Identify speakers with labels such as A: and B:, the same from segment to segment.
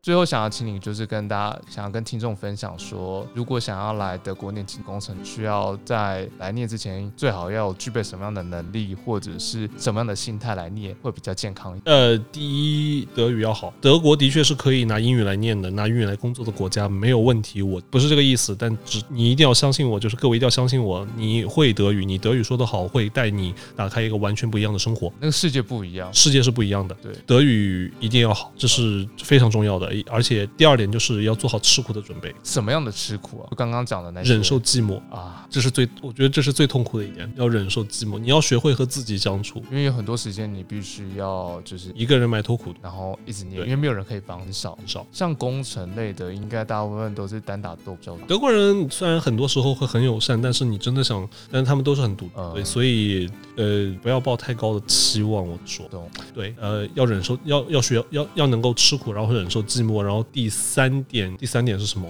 A: 最后想要请你就是跟大家想要跟听众分享说，如果想要来德国念勤工程，需要在来念之前最好要具备什么样的能力，或者是什么样的心态来念会比较健康一点。
B: 呃，第一，德语要好。德国的确是可以拿英语来念的，拿英语来工作的国家没有问题。我不是这个意思，但只你一定要相信我，就是各位一定要相信我。你会德语，你德语说得好，会带你打开一个完全不一样的生活。
A: 那个世界不一样，
B: 世界是不一样的，
A: 对
B: 德语一定要好，这是非常重要的。而且第二点就是要做好吃苦的准备，
A: 什么样的吃苦啊？就刚刚讲的那些
B: 忍受寂寞，
A: 啊，
B: 这是最我觉得这是最痛苦的一点，要忍受寂寞。你要学会和自己相处，
A: 因为有很多时间你必须要就是
B: 一个人埋头苦
A: 然后一直念，
B: 对
A: 因为没有人可以帮，很少。
B: 很少。
A: 像工程类的，应该大部分都是单打独斗比较多。
B: 德国人虽然很多时候会很友善，但是你真的想，但是他们都是很独立，
A: 嗯
B: 对，所以呃，不要抱太高的期望，我说，
A: 懂
B: 对，呃，要忍受，要要学，要要能够吃苦，然后忍受寂寞，然后第三点，第三点是什么？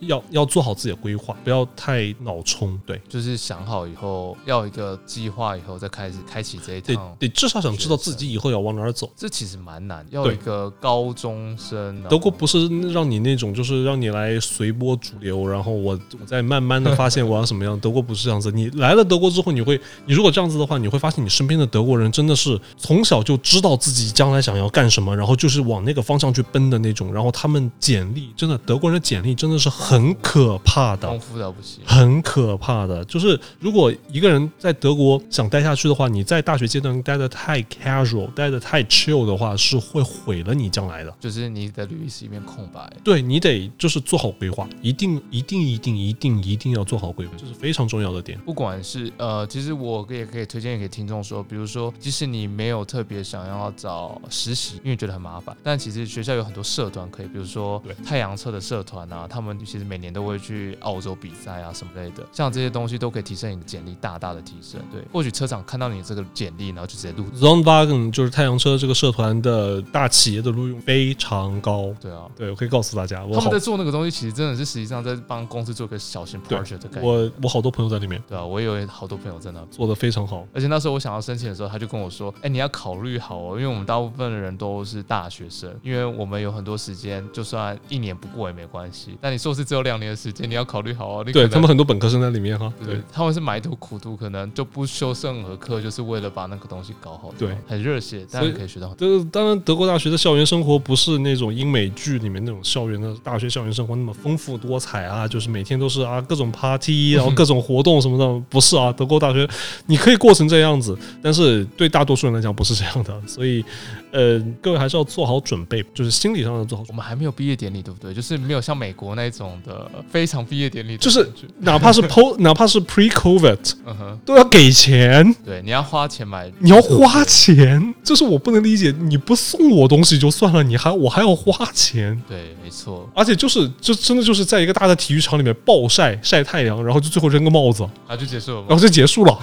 B: 要要做好自己的规划，不要太脑冲，对。
A: 就是想好以后要一个计划，以后再开始开启这一
B: 得
A: 趟。
B: 得至少想知道自己以后要往哪儿走。
A: 这其实蛮难，要
B: 对
A: 一个高中生。然后
B: 德国不是让你那种，就是让你来随波逐流，然后我我再慢慢的发现我要什么样。德 国不是这样子，你来了德国之后，你会，你如果这样子的话，你会发现你身边的德国人真的是从小就知道自己将来想要干什么，然后就是往那个方向去奔的那种。然后他们简历真的，德国人的简历真的是很可怕的
A: 丰，富到不行，
B: 很可怕的。就是如果一个人在德国想待下去的话，你在大学阶段待的太 casual，待的太 chill 的话，是会毁了你将来的。
A: 就是你的履历是一片空白。
B: 对你得就是做好规划，一定一定一定一定一定要做好规划，这是非常重要的点。
A: 不管是呃，其实我也可以推荐给听众说，比如说，即使你没有特别想要找实习，因为觉得很麻烦，但其实学校有很多社团可以，比如说
B: 对
A: 太阳社的社团啊，他们其实每年都会去澳洲比赛啊什么类的，像这些东西都可以提升你的简历，大大的提升。对，或许车厂看到你这个简历，然后就直接录。
B: Zonwagen 就是太阳车这个社团的大企业的录用非常高。
A: 对啊，
B: 对，我可以告诉大家，我
A: 他们
B: 好
A: 在做那个东西，其实真的是实际上在帮公司做一个小型
B: 对
A: project 的概念。
B: 我我好多朋友在里面
A: 对啊，我有好多朋友在那
B: 做的非常好。
A: 而且那时候我想要申请的时候，他就跟我说：“哎、你要考虑好哦，因为我们大部分的人都是大学生，因为我们有很多时间，就算一年不过也没关系。但你硕士只有两年的时间，你要考虑好哦。你可
B: 对
A: 能”
B: 他们很多本科生在里面哈，
A: 对。
B: 对
A: 对，他们是埋头苦读，可能就不修任何课，就是为了把那个东西搞好。
B: 对，
A: 很热血，但
B: 所
A: 是
B: 以
A: 可以学到很多。
B: 这当然，德国大学的校园生活不是那种英美剧里面那种校园的大学校园生活那么丰富多彩啊，就是每天都是啊各种 party，然后各种活动什么的，不是啊。德国大学你可以过成这样子，但是对大多数人来讲不是这啊样的，所以呃，各位还是要做好准备，就是心理上要做好准备
A: 我们还没有毕业典礼，对不对？就是没有像美国那种的呃非常毕业典礼的
B: 就是
A: 感觉，
B: 哪怕是 po，哪怕是 pre covid
A: 嗯哼，
B: 都要给钱。
A: 对，你要花钱买，
B: 你要花钱，这是我不能理解。你不送我东西就算了，你还我还要花钱，
A: 对，没错，
B: 而且就是就真的就是在一个大的体育场里面暴晒晒太阳，然后就最后扔个帽子，
A: 啊，就结束了
B: 然后
A: 吗？
B: 就结束了。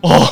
B: 哦，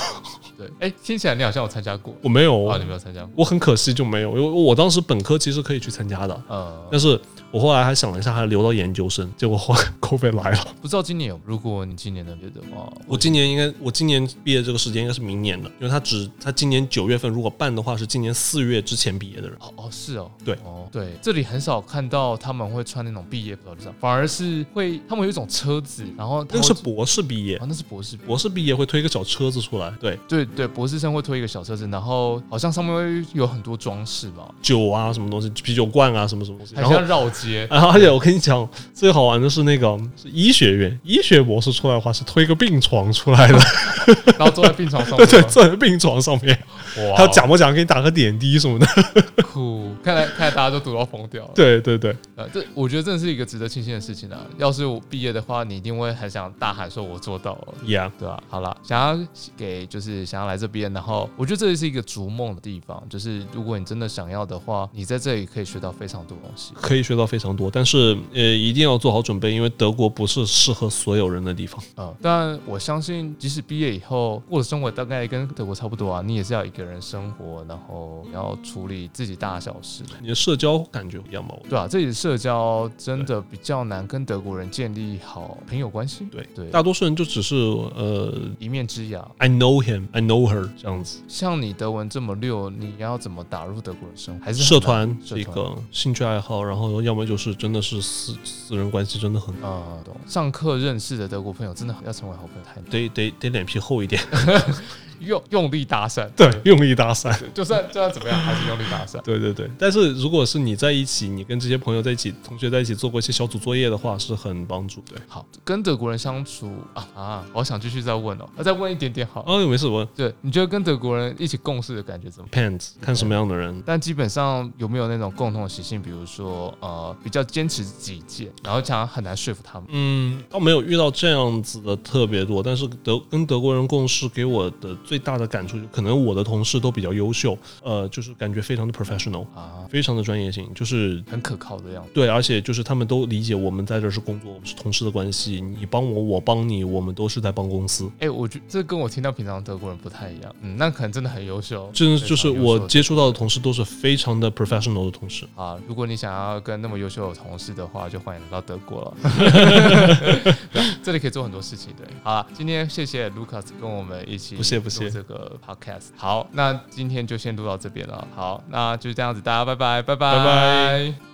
A: 对，哎、听起来你好像有参加过，
B: 我没有
A: 啊，，你没有参加过，
B: 我很可惜就没有，因为我当时本科其实可以去参加的，
A: 呃，
B: 但是我后来还想了一下，还留到研究生，结果后来 COVID 来 了。
A: 不知道今年有，如果你今年能毕业的话，
B: 我今年应该，我今年毕业这个时间应该是明年的，因为他只他今年九月份如果办的话，是今年四月之前毕业的人。
A: 哦哦是哦，
B: 对
A: 哦对，这里很少看到他们会穿那种毕业服，上，反而是会他们有一种车子，然后他
B: 那个
A: 会
B: 是博士毕业
A: 啊，那是博士。
B: 博士毕业会推一个小车子出来，对，
A: 对对，博士生会推一个小车子，然后好像上面会有很多装饰吧，
B: 酒啊什么东西，啤酒罐啊什么什么东西，
A: 还
B: 然后
A: 像绕街。
B: 啊， 而且我跟你讲，最好玩的是那个是医学院，医学博士出来的话是推个病床出来的，
A: 然后坐在病床上，
B: 对 对，坐在病床上面，
A: 哦啊哇，
B: 还有假模假样给你打个点滴什么的，
A: 酷，看来看来大家都读到疯掉了。
B: 对对对，
A: 呃，这我觉得真的是一个值得庆幸的事情啊！要是我毕业的话，你一定会很想大喊说“我做到了”。
B: 呀、
A: 对啊，好了，想要给就是想要来这边，然后我觉得这里是一个逐梦的地方，就是如果你真的想要的话，你在这里可以学到非常多东西。
B: 可以学到要非常多，但是呃，一定要做好准备，因为德国不是适合所有人的地方。
A: 嗯，但我相信，即使毕业以后过的生活大概跟德国差不多啊，你也是要一个人生活，然后你要处理自己大小事，
B: 你的社交感觉一样吗？我
A: 对啊，这里的社交真的比较难跟德国人建立好朋友关系，
B: 对
A: 对
B: 大多数人就只是呃
A: 一面之牙。
B: ，I know him, I know her 这样子。
A: 像你德文这么溜，你要怎么打入德国人生活？还是很
B: 社
A: 难
B: 团
A: 社
B: 是一
A: 团
B: 个兴趣爱好，然后要么就是真的是私私人关系真的很
A: 嗯，懂。上课认识的德国朋友，真的要成为好朋友太难，
B: 得得得脸皮厚一点，
A: 用用力搭讪，
B: 对，用力搭讪。
A: 就算就算怎么样，还是用力搭讪。
B: 对对对，但是如果是你在一起，你跟这些朋友在一起、同学在一起做过一些小组作业的话，是很帮助。对，
A: 好，跟德国人相处啊啊，好想继续再问哦，那再问一点点好。
B: 哦，没事，我
A: 对，你觉得跟德国人一起共事的感觉怎么样？
B: depends 看什么样的人。
A: 但基本上有没有那种共同的习性，比如说呃，比较坚持己见，然后常常很难说服他们。
B: 嗯，倒没有遇到这样子的特别多，但是德跟德国人共事给我的最大的感触，就可能我的同事都比较优秀，呃，就是感觉非常的 professional，
A: 啊，
B: 非常的专业性，就是
A: 很可靠的样子。
B: 对，而且就是他们都理解我们在这儿是工作，我们是同事的关系，你帮我，我帮你，我们都是在帮公司。
A: 哎、我觉这跟我听到平常德国人不太一样。嗯，那可能真的很优秀，
B: 真的
A: 非
B: 就是
A: 常优
B: 我
A: 秀的
B: 接触到的同事都是非常的 professional 的同事。
A: 啊，如果你想要跟那么优秀的同事的话，就欢迎来到德国 了。对啊这里可以做很多事情。对，好了，今天谢谢 Lucas 跟我们一起
B: 不谢不谢
A: 录这个 podcast。好，那今天就先录到这边了。好，那就这样子，大家拜拜，拜拜，
B: 拜拜。